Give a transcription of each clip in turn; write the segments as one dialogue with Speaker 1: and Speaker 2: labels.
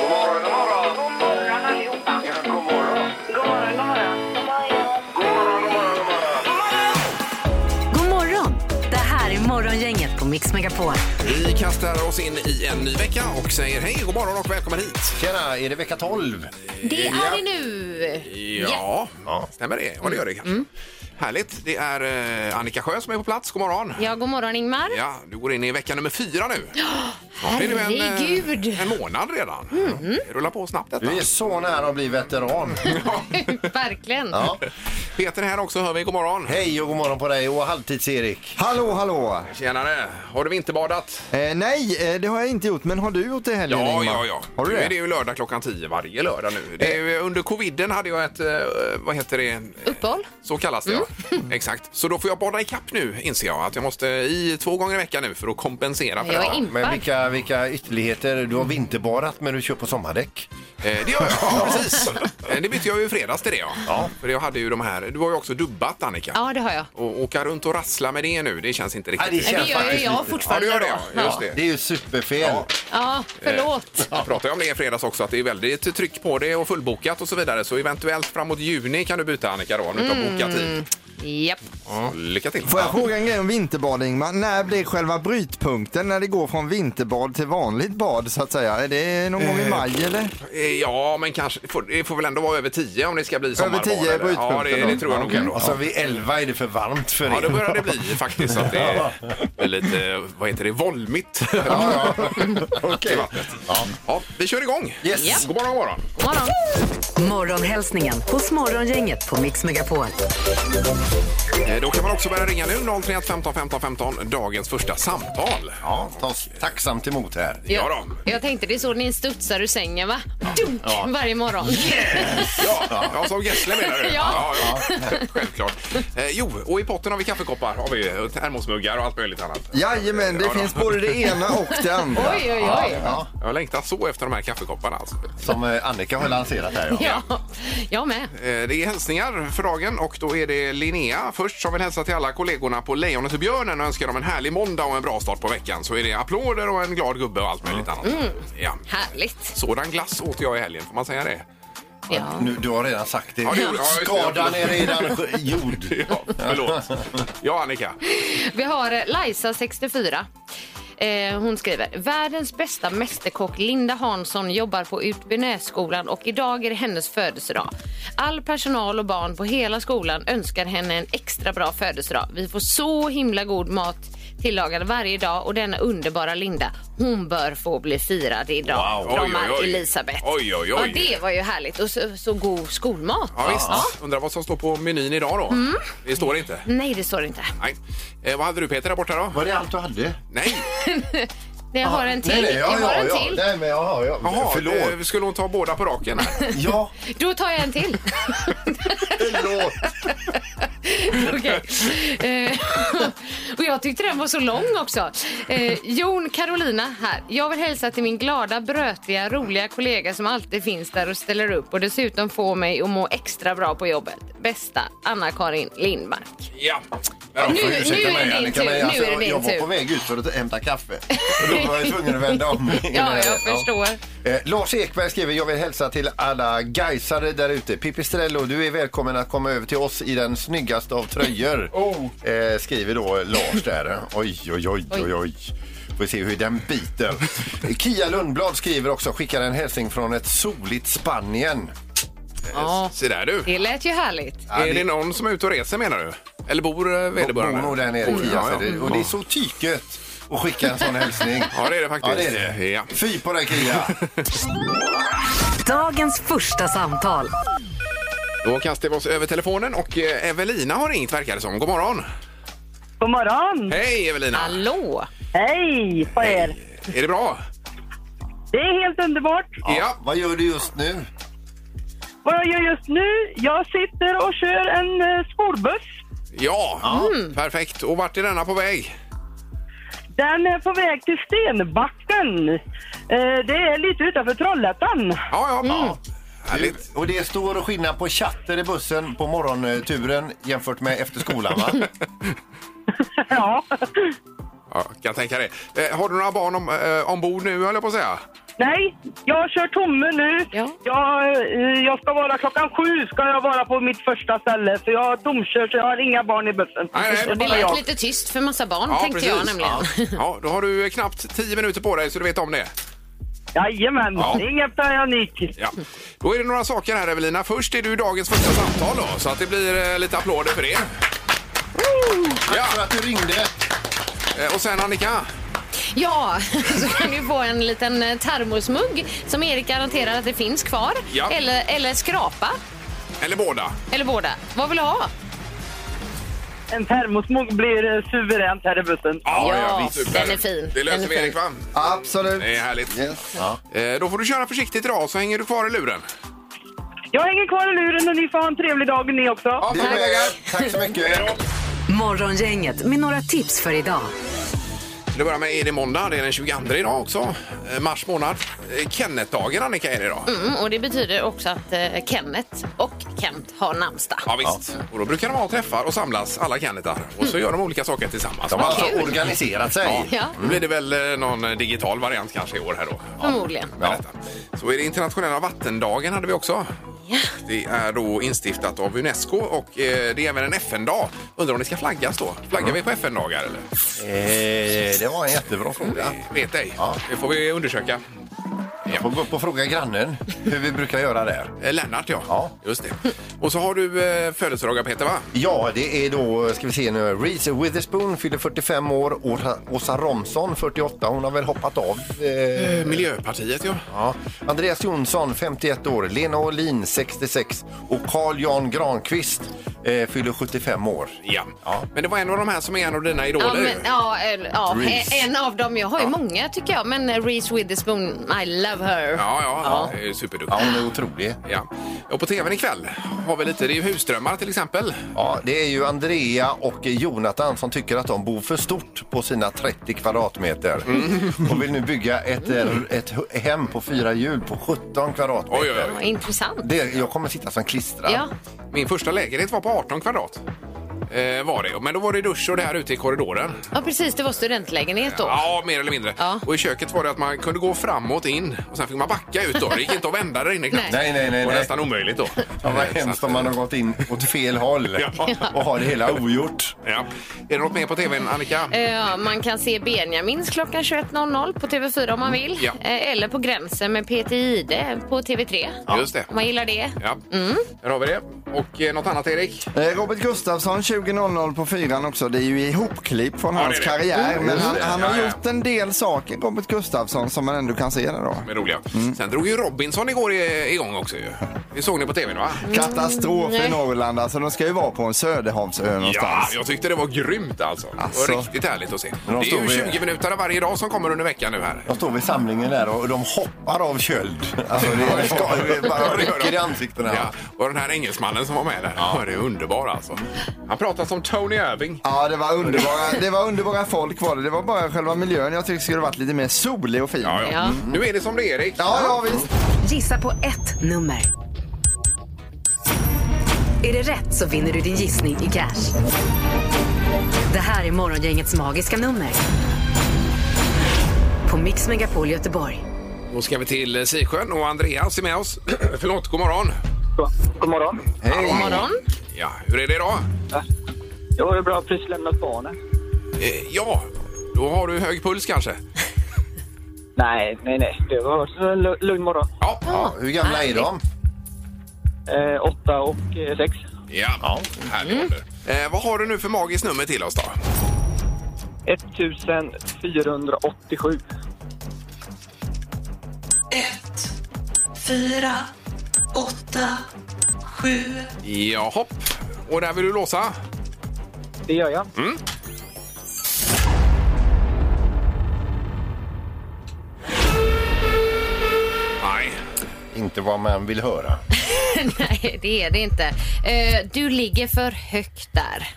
Speaker 1: God morgon, god morgon.
Speaker 2: God morgon allihopa.
Speaker 1: Ja, god morgon.
Speaker 2: God morgon, god morgon.
Speaker 1: God morgon, god morgon, god morgon.
Speaker 3: God morgon! Det här är Morgongänget på Mix Megapol.
Speaker 4: Vi kastar oss in i en ny vecka och säger hej, god morgon och välkommen hit.
Speaker 5: Tjena, är det vecka 12?
Speaker 6: Det är det nu.
Speaker 4: Ja, stämmer det? Ja, det gör det kanske. Härligt. Det är eh, Annika Sjö som är på plats. God morgon.
Speaker 6: Ja, god morgon Ingmar.
Speaker 4: Ja, du går in i vecka nummer fyra nu. Snart är det ju eh,
Speaker 6: herregud.
Speaker 4: en månad redan. Det rullar på snabbt detta.
Speaker 5: Du är så nära att bli veteran.
Speaker 6: Verkligen.
Speaker 5: Ja.
Speaker 4: Peter är här också, hör vi. God morgon.
Speaker 5: Hej och god morgon på dig och halvtids-Erik.
Speaker 7: Hallå, hallå!
Speaker 4: Tjenare. Har du vinterbadat?
Speaker 7: Eh, nej, eh, det har jag inte gjort, men har du gjort det i helgen,
Speaker 4: Ja,
Speaker 7: Ingmar?
Speaker 4: ja, ja.
Speaker 7: Har du
Speaker 4: Nu är det
Speaker 7: det? Eh.
Speaker 4: ju lördag klockan 10 varje lördag nu. Det är ju, under coviden hade jag ett, eh, vad heter det?
Speaker 6: Uppehåll. Mm.
Speaker 4: Så kallas det, ja. Exakt. Så då får jag bada i kapp nu, inser jag. Att jag måste i två gånger i veckan nu för att kompensera för
Speaker 6: Jag är
Speaker 4: detta.
Speaker 6: impad.
Speaker 5: Men vilka, vilka ytterligheter. Du har vinterbadat men du kör på sommardäck.
Speaker 4: Eh, Det gör jag, ja, precis. Eh, Det bytte jag ju i fredags till det, ja. För jag hade ju de här, du har ju också dubbat Annika.
Speaker 6: Ja, det har jag.
Speaker 4: Och åka runt och rassla med det nu, det känns inte riktigt.
Speaker 5: Nej, det
Speaker 6: Nej, det
Speaker 5: känns
Speaker 6: gör ju
Speaker 5: faktiskt
Speaker 6: jag
Speaker 5: lite.
Speaker 4: Ja, du
Speaker 6: fortfarande.
Speaker 4: gör det,
Speaker 6: då.
Speaker 4: ja. Just det.
Speaker 5: Det är ju superfel.
Speaker 6: Ja, förlåt.
Speaker 4: Jag pratade om det i fredags också, att det är väldigt tryck på det och fullbokat och så vidare. Så eventuellt framåt juni kan du byta Annika då, om du inte har bokat tid. Eh.
Speaker 6: Japp.
Speaker 4: Ja, lycka till.
Speaker 7: Får jag fråga en grej om vinterbad, Ingmar? När blir själva brytpunkten när det går från vinterbad till vanligt bad, så att säga? Är det någon gång i maj, eller?
Speaker 4: Eh, Ja, men kanske. Det får, det får väl ändå vara över 10 om det ska bli sommarbad.
Speaker 7: 10
Speaker 4: eller?
Speaker 7: på
Speaker 4: Ja,
Speaker 7: ytpunkten
Speaker 4: det, det
Speaker 7: då.
Speaker 4: tror jag nog ändå.
Speaker 5: Alltså vid 11 är det för varmt för
Speaker 4: Ja,
Speaker 5: er.
Speaker 4: det börjar det bli faktiskt. Att det är är lite, vad heter det, volmigt i
Speaker 5: Okej.
Speaker 4: vattnet. Ja, vi kör igång.
Speaker 5: Yes.
Speaker 6: Ja.
Speaker 4: God morgon, god morgon.
Speaker 6: God morgon.
Speaker 3: Morgonhälsningen hos Morgongänget på Mix Megapol.
Speaker 4: Eh, Då kan man också börja ringa nu, 031 15 15 15, dagens första samtal.
Speaker 5: Ja, tas tacksamt emot här.
Speaker 4: Ja då.
Speaker 6: Jag tänkte det är så ni studsar ur sängen va? Dunk varje morgon.
Speaker 4: Ja, ja som Gessle menar du?
Speaker 6: Ja.
Speaker 4: ja, ja. Självklart. Eh, jo, och i potten har vi kaffekoppar, har vi eh, termosmuggar och allt möjligt annat.
Speaker 7: Jajamän, det
Speaker 4: Ja, då.
Speaker 7: finns både det ena och det andra.
Speaker 6: Oj, oj, oj.
Speaker 5: Ja,
Speaker 4: Jag har längtat så efter de här kaffekopparna. Alltså.
Speaker 5: som eh, Annika har lanserat här. Ja.
Speaker 6: Ja, jag med.
Speaker 4: Eh, Det är hälsningar för dagen och då är det Linnea först som vill hälsa till alla kollegorna på Lejonet och björnen och önskar dem en härlig måndag och en bra start på veckan. Så är det applåder och en glad gubbe och allt möjligt annat.
Speaker 6: Mm.
Speaker 4: Ja.
Speaker 6: Härligt.
Speaker 4: Sådan glass åt jag i helgen, får man säga det?
Speaker 6: Ja.
Speaker 5: Nu, du har redan sagt det.
Speaker 4: Ja, det gjorde jag.
Speaker 5: Skadan är redan sk- gjord.
Speaker 4: Ja, förlåt. Ja, Annika.
Speaker 6: Vi har eh, Lajsa, 64. Eh, hon skriver Världens bästa mästerkock Linda Hansson jobbar på Utbynässkolan och idag är det hennes födelsedag. All personal och barn på hela skolan önskar henne en extra bra födelsedag. Vi får så himla god mat tillagad varje dag och denna underbara Linda, hon bör få bli firad idag.
Speaker 4: Wow.
Speaker 6: Kramar
Speaker 4: Oj, oj, oj.
Speaker 6: Elisabeth.
Speaker 4: Oj, oj, oj.
Speaker 6: Ja, det var ju härligt. Och så, så god skolmat.
Speaker 4: Ja, Mm. visst. Undrar vad som står på menyn idag då? Det står inte.
Speaker 6: Nej, det står det inte.
Speaker 4: Nej. Eh, vad hade du Peter där borta då?
Speaker 5: Var det allt du hade?
Speaker 4: Nej.
Speaker 6: Jag har en till.
Speaker 5: Nej, nej, ja,
Speaker 6: jag har
Speaker 5: ja,
Speaker 6: en
Speaker 5: ja.
Speaker 6: till.
Speaker 5: Nej, men ja, ja.
Speaker 4: Jaha,
Speaker 5: Förlåt.
Speaker 4: eh, skulle hon ta båda på raken? här?
Speaker 5: Ja,
Speaker 6: Då tar jag en till.
Speaker 5: förlåt.
Speaker 6: Okej. Eh, och jag tyckte den var så lång också. Eh, Jon Carolina här. Jag vill hälsa till min glada, brötiga, roliga kollega som alltid finns där och ställer upp och dessutom får mig att må extra bra på jobbet. Bästa Anna-Karin Lindmark.
Speaker 4: ja. Där har vi.
Speaker 6: Nu- nu
Speaker 5: Ursäkta
Speaker 6: är det
Speaker 5: mig,
Speaker 6: din
Speaker 5: Annika,
Speaker 6: tur.
Speaker 5: men alltså,
Speaker 6: Nu är det din
Speaker 5: jag var
Speaker 6: tur.
Speaker 5: på väg ut för att hämta kaffe. Och då var jag tvungen att vända om.
Speaker 6: Ja, jag förstår.
Speaker 5: Eh, Lars Ekberg skriver, jag vill hälsa till alla gaisare där ute. Pipistrello, du är välkommen att komma över till oss i den snyggaste av tröjor.
Speaker 6: Oh.
Speaker 5: eh, skriver då Lars där. Oj, oj, oj, oj, oj. Får se hur den biter. Kia Lundblad skriver också, skickar en hälsning från ett soligt Spanien.
Speaker 6: Ja,
Speaker 4: Se där du.
Speaker 6: det lät ju härligt.
Speaker 4: är det någon som är ute och reser menar du? Eller bor eh, vederbörande?
Speaker 5: Bor nog där nere, Kia.
Speaker 4: ja,
Speaker 5: så det- Och det är så tykött att skicka en sån hälsning.
Speaker 4: Ja, det är det faktiskt.
Speaker 5: Ja, det är det.
Speaker 4: Ja.
Speaker 5: Fy på dig, Kia!
Speaker 3: Dagens första samtal.
Speaker 4: Då kastar vi oss över telefonen och eh, Evelina har ringt verkar det som. God morgon!
Speaker 8: God morgon!
Speaker 4: Hej Evelina!
Speaker 6: Hallå!
Speaker 8: Hej på er!
Speaker 4: Är det bra?
Speaker 8: Det är helt underbart.
Speaker 4: Ja.
Speaker 5: Vad gör du just nu?
Speaker 8: Vad jag gör just nu? Jag sitter och kör en eh, skolbuss.
Speaker 4: Ja, perfekt. Och vart är denna på väg?
Speaker 8: Den är på väg till Stenbacken. Eh, Det är lite utanför Trollhättan.
Speaker 4: Ja, ja. ja. Härligt.
Speaker 5: Och det står och skillnad på chatter i bussen på morgonturen jämfört med efter skolan, va?
Speaker 8: Ja.
Speaker 4: Ja, kan tänka det. Eh, har du några barn om, eh, ombord nu, höll jag på att säga?
Speaker 8: Nej, jag kör tomme nu.
Speaker 6: Ja.
Speaker 8: Jag, eh, jag ska vara klockan sju ska jag vara på mitt första ställe. För jag tomkör så jag har inga barn i bussen.
Speaker 4: Nej,
Speaker 6: Och
Speaker 4: nej, det är
Speaker 6: det
Speaker 4: bara
Speaker 6: lät
Speaker 4: jag.
Speaker 6: lite tyst för massa barn
Speaker 4: Ja,
Speaker 6: tänkte jag
Speaker 4: precis.
Speaker 6: nämligen.
Speaker 4: Ja, då har du eh, knappt 10 minuter på dig så du vet om det.
Speaker 8: Jajamän,
Speaker 4: Ja.
Speaker 8: ingen panik.
Speaker 4: Ja. Då är det några saker här Evelina. Först är du dagens första samtal då, så att det blir eh, lite applåder för det. Ja,
Speaker 5: För att du ringde.
Speaker 4: eh, och sen Annika.
Speaker 6: Ja, så kan du få en liten eh, termosmugg som Erik garanterar att det finns kvar.
Speaker 4: Ja.
Speaker 6: Eller, eller skrapa,
Speaker 4: Eller båda.
Speaker 6: eller båda. Vad vill du ha?
Speaker 8: En termosmugg blir eh, suveränt här i bussen.
Speaker 6: Ja, den är fin.
Speaker 4: Det löser
Speaker 6: Den är
Speaker 4: vi
Speaker 6: fin.
Speaker 4: Erik va?
Speaker 7: Absolut.
Speaker 4: Det är härligt.
Speaker 7: Yes.
Speaker 4: Eh, Då får du köra försiktigt idag så hänger du kvar i luren.
Speaker 8: Jag hänger kvar i luren och ni får ha en trevlig dag ni också.
Speaker 5: Det är vägar. Tack så mycket.
Speaker 3: Morgongänget med några tips för idag.
Speaker 4: Det börjar med, är det måndag? Det är den 22 idag också. Eh, Mars månad. Eh, Kennetdagen Annika är det idag.
Speaker 6: Mm, och det betyder också att eh, Kenneth och Kent har namnsdag.
Speaker 4: Ja visst. Och då brukar de ha träffar och samlas, alla Kennetar. Och så gör de olika saker tillsammans.
Speaker 5: De har
Speaker 4: Ja.
Speaker 5: alltså organiserat sig.
Speaker 6: Ja.
Speaker 4: Nu blir det väl eh, någon eh, digital variant kanske i år här då.
Speaker 6: Förmodligen.
Speaker 4: Med detta. Så är det internationella vattendagen hade vi också.
Speaker 6: Ja.
Speaker 4: Det är då instiftat av Unesco och eh, det är även en FN-dag. Undrar om det ska flaggas då? Flaggar vi på FN-dagar eller?
Speaker 5: Eh, Det var en jättebra fråga.
Speaker 4: Det Vet ej.
Speaker 5: Ja.
Speaker 4: Det får vi undersöka.
Speaker 5: Jag får gå upp och fråga grannen hur vi brukar göra där.
Speaker 4: Eh, Lennart ja.
Speaker 5: Ja. Eh.
Speaker 4: Just det. Och så har du eh, födelsedagar Peter va?
Speaker 5: Ja, det är då, ska vi se nu, Reese Witherspoon fyller 45 år, Åsa- Åsa Romson 48, hon har väl hoppat av. Eh,
Speaker 4: Miljöpartiet ja.
Speaker 5: ja. Andreas Jonsson 51 år, Lena Olin 66 och Carl Jan Granqvist eh, fyller 75 år.
Speaker 4: Ja.
Speaker 5: Ja.
Speaker 4: Men det var en av de här som är en av dina
Speaker 6: Ja,
Speaker 4: idoler.
Speaker 6: men, ja, eller- ja,
Speaker 5: Reese.
Speaker 6: en av dem. Jag har ju många tycker jag, men eh, Reese Witherspoon, I love her.
Speaker 4: ja, ja, ja. superduktig.
Speaker 5: Ja, hon är otrolig.
Speaker 4: Ja. Och på tvn ikväll har vi lite, det är ju husdrömmar till exempel.
Speaker 5: Ja, det är ju Andrea och Jonathan som tycker att de bor för stort på sina 30 kvadratmeter och vill nu bygga ett, eh, ett hem på fyra hjul på 17 kvadratmeter.
Speaker 4: Oj, oj,
Speaker 6: Ja,
Speaker 4: oj.
Speaker 6: Intressant.
Speaker 5: Det, jag kommer sitta som klistrad.
Speaker 6: Ja.
Speaker 4: Min första lägenhet var på 18 kvadrat. Eh, var det. Men då var det dusch och det här ute i korridoren.
Speaker 6: ja, precis. Det var studentlägenhet då.
Speaker 4: Ja, mer eller mindre.
Speaker 6: Ja.
Speaker 4: Och i köket var det att man kunde gå framåt in och sen fick man backa ut då. Det gick inte att vända där inne knappt.
Speaker 5: Nej, nej, nej.
Speaker 4: Det var
Speaker 5: nej.
Speaker 4: nästan omöjligt då.
Speaker 5: Ja, vad
Speaker 4: Eh, så
Speaker 5: hemskt
Speaker 4: att-
Speaker 5: om man har gått in åt fel håll
Speaker 4: Ja.
Speaker 5: och har det hela ogjort.
Speaker 4: eh, Ja. Är det något mer på tvn, Annika?
Speaker 6: Eh, Man kan se Benjamins klockan 21.00 på TV4 om man vill.
Speaker 4: Ja.
Speaker 6: Eh, Eller på Gränsen med Peter Jihde på TV3.
Speaker 4: Just det.
Speaker 6: Om man gillar det.
Speaker 4: Ja,
Speaker 5: Mm.
Speaker 4: där har vi det. Och eh, något annat, Erik?
Speaker 7: Eh, Robert Gustafsson 20.00 på fyran också. Det är ju ihopklipp från
Speaker 4: Ja, det
Speaker 7: hans
Speaker 4: är det.
Speaker 7: karriär. Men
Speaker 4: just
Speaker 7: han,
Speaker 4: det.
Speaker 7: han har
Speaker 4: Ja, ja.
Speaker 7: gjort en del saker, Robert Gustafsson, som man ändå kan se där då.
Speaker 6: Mm.
Speaker 4: De är roliga.
Speaker 5: Mm.
Speaker 4: Sen drog ju Robinson igår i- igång också ju. Det såg ni på tvn, va?
Speaker 7: Katastrof
Speaker 6: Nej.
Speaker 7: i Norrland. Alltså, de ska ju vara på en Söderhavsö
Speaker 4: Ja,
Speaker 7: någonstans.
Speaker 4: jag tyckte det var grymt alltså. Det
Speaker 7: Alltså.
Speaker 4: var riktigt härligt att se. Det
Speaker 5: Men de
Speaker 4: är ju
Speaker 5: stod med-
Speaker 4: 20 minuter varje dag som kommer under veckan nu här.
Speaker 5: De står vid samlingen där och de hoppar av köld. Alltså, det, det, ska, det bara rycker i ansiktena.
Speaker 4: Ja, och den här engelsmannen som var med där, ja. det är underbar alltså. Han pratar som Tony Irving.
Speaker 7: Ja, det var, underbara, det var underbara folk var det. Det var bara själva miljön jag tyckte skulle varit lite mer solig och fin.
Speaker 4: Ja, ja.
Speaker 6: Ja.
Speaker 4: Nu är det som det är, Erik.
Speaker 7: ja, ja visst.
Speaker 3: Gissa på ett nummer. Är det rätt så vinner du din gissning i cash. Det här är Morgongängets magiska nummer. På Mix Megapol Göteborg.
Speaker 4: Då ska vi till eh, Sisjön och Andreas är med oss. Förlåt, god morgon.
Speaker 9: God morgon.
Speaker 6: God morgon.
Speaker 4: Ja, hur är det idag?
Speaker 9: Jag har ju bra precis lämnat barnen.
Speaker 4: Eh, ja, då har du hög puls kanske?
Speaker 9: Nej, nej, nej. Det var en lu- lugn morgon.
Speaker 4: Ja.
Speaker 5: Ja, hur gamla är de?
Speaker 9: Eh, åtta och eh, sex.
Speaker 4: Ja, härlig ålder. Eh, vad har du nu för magiskt nummer till oss då?
Speaker 9: 1487.
Speaker 4: Ja, hopp. Och där vill du låsa?
Speaker 9: Det gör jag.
Speaker 4: Nej.
Speaker 5: Inte vad man vill höra.
Speaker 6: Nej, det är det inte. Eh, Du ligger för högt där.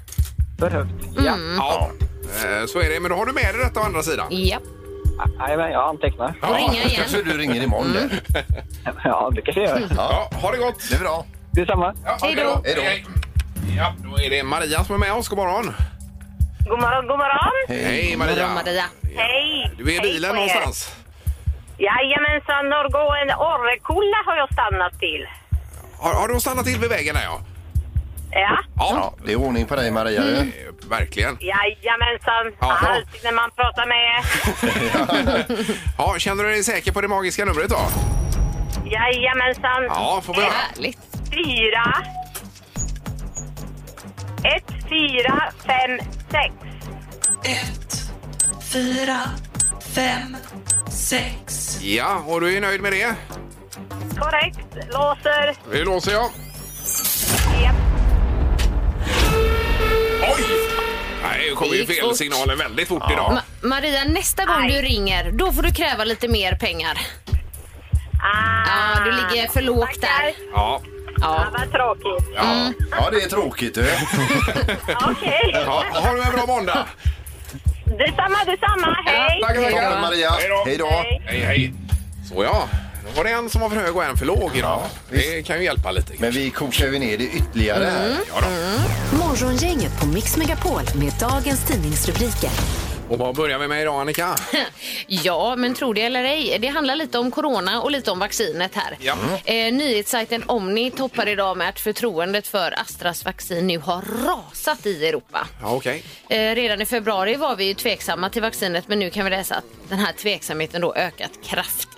Speaker 9: För högt. Ja.
Speaker 4: Ja. Eh, så är det. Men då har du med dig detta å andra sidan.
Speaker 6: Ja.
Speaker 9: Jajamän, jag antecknar.
Speaker 6: Och ringa igen.
Speaker 5: Kanske du ringer imorgon. där.
Speaker 9: Ja, det kanske jag gör.
Speaker 4: Ja, ha det gott!
Speaker 5: Mm. Det är bra.
Speaker 9: Detsamma.
Speaker 4: Ja,
Speaker 6: Hej då.
Speaker 5: Hej då.
Speaker 4: Ja, då är det Maria som är med oss. God morgon!
Speaker 2: God morgon, god morgon.
Speaker 4: Hej
Speaker 6: God
Speaker 4: Maria!
Speaker 6: morgon, Maria.
Speaker 2: Hej!
Speaker 4: Du är i
Speaker 2: Hej
Speaker 4: bilen
Speaker 2: på er.
Speaker 4: någonstans.
Speaker 10: Jajamensan, Norrgåen Orrekulla har jag stannat till.
Speaker 4: Har, har du stannat till vid vägen där ja?
Speaker 10: Ja,
Speaker 4: Ja,
Speaker 5: Ja, det är ordning på dig Maria. ju.
Speaker 4: eh, verkligen.
Speaker 10: jajamensan.
Speaker 4: Ja.
Speaker 10: Alltid när man pratar med.
Speaker 4: Ja, känner du dig säker på det magiska numret då?
Speaker 10: Jajamensan.
Speaker 4: Ja, får vi höra.
Speaker 6: Härligt.
Speaker 10: Fyra. Ett, fyra, fem, sex.
Speaker 4: Ja, och du är nöjd med det?
Speaker 10: Korrekt. Låser.
Speaker 4: Det låser jag.
Speaker 10: Japp.
Speaker 4: Oj! Nej, det kommer ju
Speaker 6: Det gick
Speaker 4: fel
Speaker 6: fort.
Speaker 4: signalen väldigt fort idag.
Speaker 6: Ma- Maria, nästa gång
Speaker 10: Aj.
Speaker 6: du ringer, då får du kräva lite mer pengar.
Speaker 10: Ah,
Speaker 6: Ja, du ligger för lågt där.
Speaker 10: tackar.
Speaker 4: Ja.
Speaker 10: Ja,
Speaker 6: Ja.
Speaker 10: vad tråkigt.
Speaker 4: ja.
Speaker 5: Ja, det är tråkigt du.
Speaker 10: Okej.
Speaker 4: ja. Har du en bra måndag?
Speaker 10: Detsamma, detsamma. Hej.
Speaker 5: Tackar, tackar
Speaker 6: Hej då.
Speaker 5: Maria.
Speaker 4: Hej då.
Speaker 5: Hej då.
Speaker 10: Hej.
Speaker 4: Hej, hej. Så ja, då var det en som var för hög och en för låg idag.
Speaker 5: Ja,
Speaker 4: det kan ju hjälpa lite. Mm.
Speaker 5: Men vi kokar ju ner det ytterligare här. Mm.
Speaker 4: Ja, då.
Speaker 3: Morgongänget på Mix Megapol med dagens tidningsrubriker.
Speaker 4: Och vad börjar vi med idag Annika?
Speaker 6: Ja, men tro det eller ej. Det handlar lite om corona och lite om vaccinet här.
Speaker 4: Ja.
Speaker 6: Eh, nyhetssajten Omni toppar idag med att förtroendet för Astras vaccin nu har rasat i Europa.
Speaker 4: Ja, okej.
Speaker 6: Eh, redan i februari var vi ju tveksamma till vaccinet men nu kan vi läsa att den här tveksamheten då ökat kraftigt.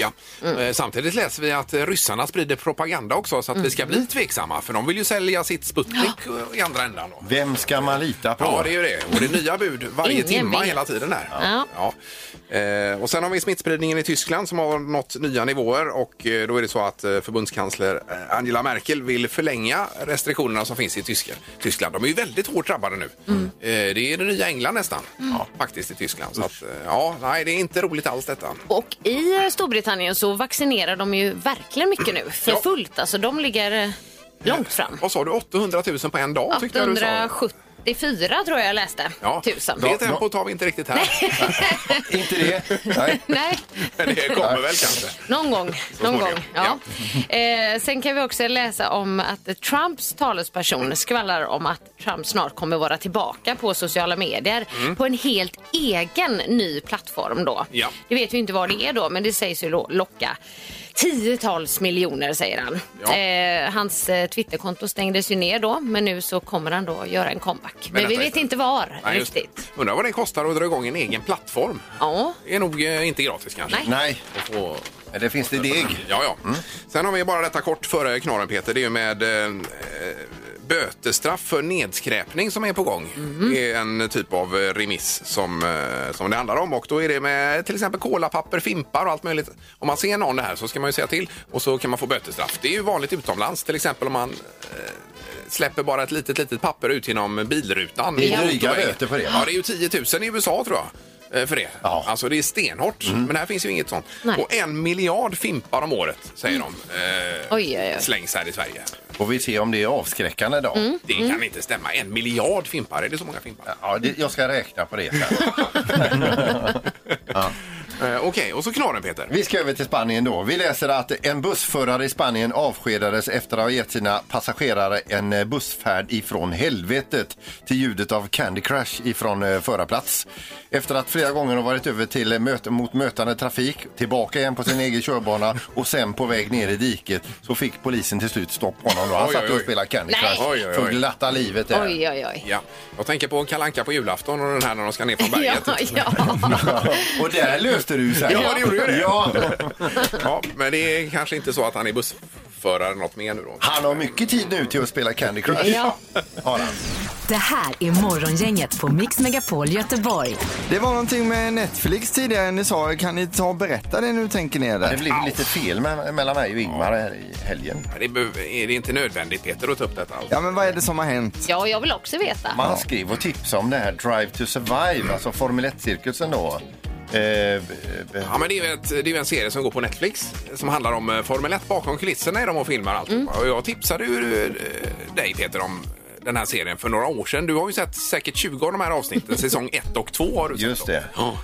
Speaker 4: Ja.
Speaker 5: Mm.
Speaker 4: Eh, Samtidigt läser vi att eh, ryssarna sprider propaganda också så att vi ska
Speaker 5: Mm.
Speaker 4: bli tveksamma för de vill ju sälja sitt Sputnik eh, i andra ändan. Då.
Speaker 5: Vem ska man lita på?
Speaker 4: Ja, det är ju det. Och det är nya bud varje
Speaker 6: Ingen
Speaker 4: timme
Speaker 6: vet.
Speaker 4: hela tiden här.
Speaker 6: Ja.
Speaker 4: Ja. Eh, och sen har vi smittspridningen i Tyskland som har nått nya nivåer och eh, då är det så att eh, förbundskansler eh, Angela Merkel vill förlänga restriktionerna som finns i Tysk- Tyskland. De är ju väldigt hårt drabbade nu.
Speaker 6: Mm.
Speaker 4: Eh, det är det nya England nästan, ja, faktiskt i Tyskland. Så att, eh, ja, nej, det är inte roligt alls detta.
Speaker 6: Och i eh, Storbritannien så vaccinerar de ju verkligen mycket nu. För
Speaker 4: Ja.
Speaker 6: fullt, alltså de ligger eh, långt fram.
Speaker 4: Vad sa du, 800 000 på en dag tyckte jag du sa?
Speaker 6: 874 tror jag jag läste.
Speaker 4: Ja,
Speaker 6: Tusen.
Speaker 4: det tempot har vi inte riktigt här.
Speaker 5: Inte det? Nej.
Speaker 6: Nej,
Speaker 4: Men det kommer väl kanske.
Speaker 6: någon gång. Någon
Speaker 4: småningom,
Speaker 6: gång. Ja. Eh, sen kan vi också läsa om att Trumps talesperson skvallrar om att Trump snart kommer vara tillbaka på sociala medier på en helt egen ny plattform. Då.
Speaker 4: Ja.
Speaker 6: Det vet vi inte vad det är då, men det sägs ju lo- locka tiotals miljoner, säger han.
Speaker 4: Ja.
Speaker 6: Eh, hans eh, Twitterkonto stängdes ju ner då, men nu så kommer han då göra en comeback. Men,
Speaker 4: detta
Speaker 6: vi
Speaker 4: är
Speaker 6: vet
Speaker 4: för-
Speaker 6: inte var
Speaker 4: Nej, just det.
Speaker 6: riktigt.
Speaker 4: Undrar vad det kostar att dra igång en egen plattform.
Speaker 6: Ja.
Speaker 4: Det är nog eh, inte gratis kanske.
Speaker 6: Nej.
Speaker 5: Nej.
Speaker 4: Och-
Speaker 5: Eller finns det deg? Mm.
Speaker 4: Ja, ja. Sen har vi bara detta kort före knorren, Peter. Det är ju med eh, eh, bötestraff för nedskräpning som är på gång. Det är en typ av eh, remiss som, eh, som det handlar om. Och då är det med till exempel kolapapper, fimpar och allt möjligt. Om man ser någon det här så ska man ju säga till och så kan man få bötestraff. Det är ju vanligt utomlands, till exempel om man eh, släpper bara ett litet, litet papper ut genom bilrutan.
Speaker 5: Det är
Speaker 4: på
Speaker 5: dryga
Speaker 4: motorvägen.
Speaker 5: böter på det, va?
Speaker 4: Ja, det är ju 10 000 i USA tror jag. eh, För det.
Speaker 5: Ja.
Speaker 4: Alltså det är stenhårt. Men här finns ju inget sånt.
Speaker 6: Nej. Mm.
Speaker 4: Och en miljard fimpar om året, säger de, eh,
Speaker 6: Oj, oj, oj.
Speaker 4: slängs här i Sverige.
Speaker 5: Får vi se om det är avskräckande då?
Speaker 4: Det
Speaker 6: Mm.
Speaker 4: kan inte stämma. En miljard fimpar, är det så många fimpar?
Speaker 5: Ja, det, jag ska räkna på det sen.
Speaker 4: Eh, Okej, och så knorren Peter.
Speaker 5: Vi ska över till Spanien då. Vi läser att en bussförare i Spanien avskedades efter att ha gett sina passagerare en eh, bussfärd ifrån helvetet till ljudet av Candy Crush ifrån eh, förarplats. Efter att flera gånger har varit över till eh, möte, mot mötande trafik, tillbaka igen på sin egen körbana och sen på väg ner i diket så fick polisen till slut stopp på honom. Då. Han
Speaker 4: Oj,
Speaker 5: satt
Speaker 4: oj,
Speaker 5: och
Speaker 4: oj.
Speaker 5: spelade Candy
Speaker 6: Nej.
Speaker 5: Crush
Speaker 4: Oj, oj, oj.
Speaker 5: för glatta livet. Där.
Speaker 6: Oj, oj, oj.
Speaker 4: Ja. Jag tänker på Kalle Anka på julafton och den här när de ska ner från berget.
Speaker 6: Ja, ja.
Speaker 5: Och där löste du sig.
Speaker 4: Ja, det gjorde ju det.
Speaker 5: Ja.
Speaker 4: Ja, men det är kanske inte så att han är bussförare något mer nu då.
Speaker 5: Han har mycket tid nu till att spela Candy Crush.
Speaker 6: Ja.
Speaker 5: Har han.
Speaker 3: Det här är Morgongänget på Mix Megapol Göteborg.
Speaker 7: Det var någonting med Netflix tidigare ni sa. Kan ni ta och berätta det nu tänker ni er
Speaker 5: Det
Speaker 7: där?
Speaker 5: blev lite fel me- mellan mig och Ingmar här i helgen.
Speaker 4: Men Det behöver- är det inte nödvändigt Peter att ta upp detta. alls?
Speaker 7: Ja men vad är det som har hänt?
Speaker 6: ja, jag vill också veta.
Speaker 5: Man skrev och tipsade om det här Drive to Survive, alltså Formel 1-cirkusen då. Eh, b- b-
Speaker 4: Ja, men det är ju ett, det är ju en serie som går på Netflix som handlar om eh, Formel 1 bakom kulisserna i de och filmar allt.
Speaker 5: Mm.
Speaker 4: Och jag tipsade ju eh, dig Peter om den här serien för några år sedan. Du har ju sett säkert 20 av de här avsnitten. Säsong 1 och 2 har du sett.
Speaker 5: Just
Speaker 4: då.
Speaker 5: det.
Speaker 4: Ja.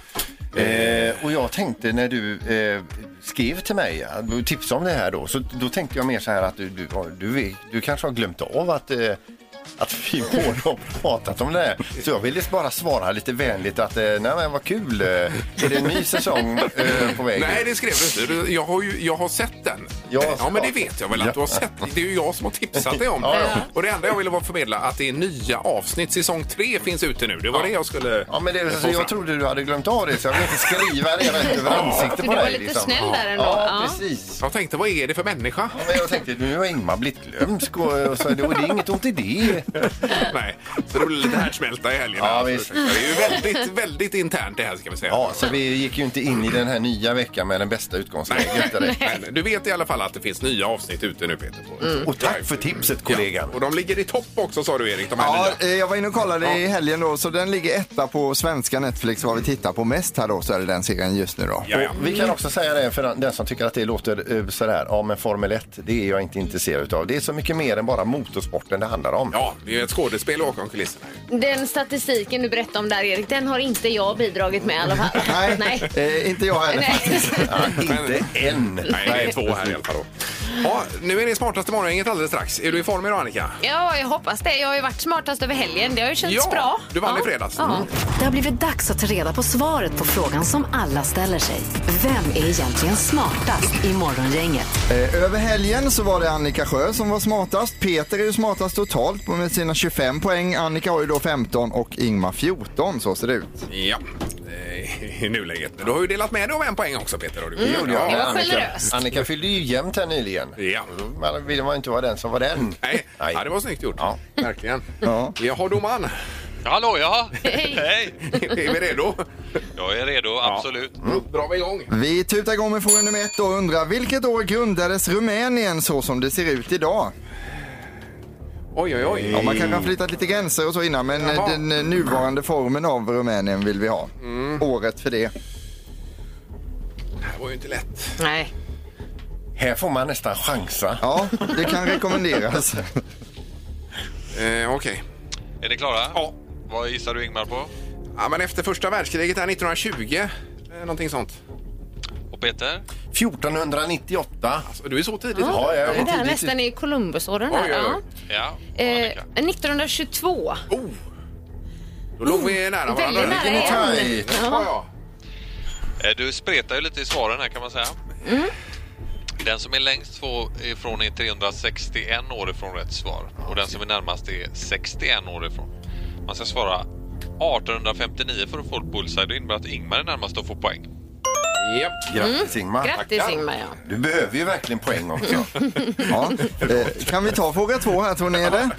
Speaker 5: Eh, och jag tänkte när du eh, skrev till mig att du tipsade om det här då, så då tänkte jag mer så här att du, du, har- du, vet- du kanske har glömt av att eh, att vi båda har pratat om det här. Så jag ville bara svara lite vänligt att eh, nej men vad kul. eh, Är det en ny säsong eh, på väg?
Speaker 4: Nej, det skrev du inte. Du- Jag har, ju, jag har sett den. Eh,
Speaker 5: Jag har
Speaker 4: ja, men det
Speaker 5: sett den.
Speaker 4: vet jag väl att
Speaker 5: Ja.
Speaker 4: du har sett. Det är ju jag som har tipsat dig om
Speaker 5: Ja,
Speaker 4: det.
Speaker 5: ja.
Speaker 4: Och det enda jag ville bara förmedla att det är nya avsnitt. Säsong tre finns ute nu. Det var det jag skulle...
Speaker 5: Ja, men det,
Speaker 4: få
Speaker 5: alltså,
Speaker 4: fram.
Speaker 5: jag trodde du hade glömt av det så jag vill inte skriva det rätt över ansiktet
Speaker 6: Du
Speaker 5: på dig.
Speaker 6: var lite
Speaker 5: liksom.
Speaker 6: snäll där ändå.
Speaker 5: Ja,
Speaker 6: Ja.
Speaker 5: precis.
Speaker 4: Jag tänkte, vad är det för människa?
Speaker 5: Ja, Men jag tänkte, nu har Ingmar blivit glömsk och, och så, är det, och det är inget ont i det.
Speaker 4: Nej, så det blir lite härdsmälta i helgen.
Speaker 5: Ja,
Speaker 4: här.
Speaker 5: visst.
Speaker 4: Det är ju väldigt, väldigt internt det här ska vi säga.
Speaker 5: Ja, så vi gick ju inte in i den här nya veckan med den bästa utgångsläget direkt.
Speaker 4: Men du vet i alla fall att det finns nya avsnitt ute nu Peter. På
Speaker 5: Mm. Och tack för tipset kollegan.
Speaker 4: Och de ligger i topp också sa du Erik, de här
Speaker 7: Ja,
Speaker 4: nya.
Speaker 7: eh, jag var inne och kollade i helgen då, så den ligger etta på svenska Netflix vad vi tittar på mest här då, så är det den serien just nu då.
Speaker 4: Ja, ja.
Speaker 5: Vi kan också säga det för den som tycker att det låter eh, sådär, ja men Formel 1, det är jag inte intresserad av. Det är så mycket mer än bara motorsporten det handlar om.
Speaker 4: ja, det är ju ett skådespel bakom kulisserna. ju.
Speaker 6: Den statistiken du berättade om där Erik, den har inte jag bidragit med i alla fall.
Speaker 7: Nej,
Speaker 6: Nej.
Speaker 7: Eh, inte jag heller
Speaker 6: Nej.
Speaker 7: faktiskt.
Speaker 5: Ja, inte än.
Speaker 4: Nej, det är två här i alla fall. då. Ja, nu är det smartaste morgongänget alldeles strax. Är du i form idag Annika?
Speaker 6: Ja, jag hoppas det. Jag har ju varit smartast över helgen. Det har ju känts
Speaker 4: Ja,
Speaker 6: bra.
Speaker 4: du vann i fredags.
Speaker 6: Ja.
Speaker 4: Mm.
Speaker 3: Det har blivit dags att ta reda på svaret på frågan som alla ställer sig. Vem är egentligen smartast i Morgongänget?
Speaker 7: Eh, Över helgen så var det Annika Sjö som var smartast. Peter är ju smartast totalt med sina 25 poäng. Annika har ju då 15 och Ingmar 14, så ser det ut.
Speaker 4: Ja, eh, i nuläget. Du har ju delat med dig av en poäng också Peter. Har du.
Speaker 5: Gjorde jag.
Speaker 4: ja.
Speaker 6: var
Speaker 5: Annika,
Speaker 6: generöst.
Speaker 5: Annika fyllde ju jämnt här nyligen.
Speaker 4: Ja.
Speaker 5: Man ville man inte vara den som var
Speaker 6: Mm.
Speaker 5: den.
Speaker 4: Nej.
Speaker 5: Nej.
Speaker 4: Ja, det var snyggt gjort.
Speaker 5: Ja.
Speaker 4: Verkligen.
Speaker 7: Ja.
Speaker 4: Jag har domaren.
Speaker 1: Hallå, ja.
Speaker 6: Hej.
Speaker 4: är vi redo?
Speaker 1: Jag är redo, absolut.
Speaker 4: Då drar vi igång.
Speaker 7: Vi tutar igång med fråga nummer ett och undrar vilket år grundades Rumänien så som det ser ut idag?
Speaker 4: Oj, oj, oj.
Speaker 7: Ja, man kanske har flyttat lite gränser och så innan, men eh,
Speaker 4: Jaha.
Speaker 7: den eh, nuvarande formen av Rumänien vill vi ha. Året för det.
Speaker 4: Det här var ju inte lätt.
Speaker 6: Nej.
Speaker 5: Här får man nästan chansa.
Speaker 7: Ja, det kan rekommenderas.
Speaker 4: Eh, Okej.
Speaker 1: Är ni klara?
Speaker 4: Ja.
Speaker 1: Vad gissar du Ingmar på?
Speaker 4: Ja, men efter första världskriget här 1920, eh, någonting sånt.
Speaker 1: Och Peter?
Speaker 5: 1498.
Speaker 4: Alltså, du är så tidigt.
Speaker 5: Ja, jag
Speaker 6: Det
Speaker 5: är
Speaker 6: där
Speaker 5: tidigt.
Speaker 6: nästan i Columbusåren.
Speaker 4: Oj,
Speaker 6: här,
Speaker 4: oj,
Speaker 6: ja.
Speaker 4: oj.
Speaker 1: Ja.
Speaker 6: Eh,
Speaker 1: Annika.
Speaker 6: 1922.
Speaker 4: Oh. Då låg vi nära varandra.
Speaker 6: Väldigt nära igen.
Speaker 5: Taj.
Speaker 4: Ja, ja.
Speaker 1: Eh, Du spretar ju lite i svaren här kan man säga. Den som är längst få- ifrån är 361 år ifrån rätt svar och den som är närmast är 61 år ifrån. Man ska svara 1859 för att få ett bullseye. Det innebär att Ingmar är närmast att få poäng.
Speaker 4: Japp.
Speaker 5: Grattis Ingmar.
Speaker 6: Mm. Grattis
Speaker 4: tackar.
Speaker 6: Ingmar. Ja.
Speaker 5: Du behöver ju verkligen poäng också.
Speaker 7: Ja. Eh, Kan vi ta fråga två här tror ni är det?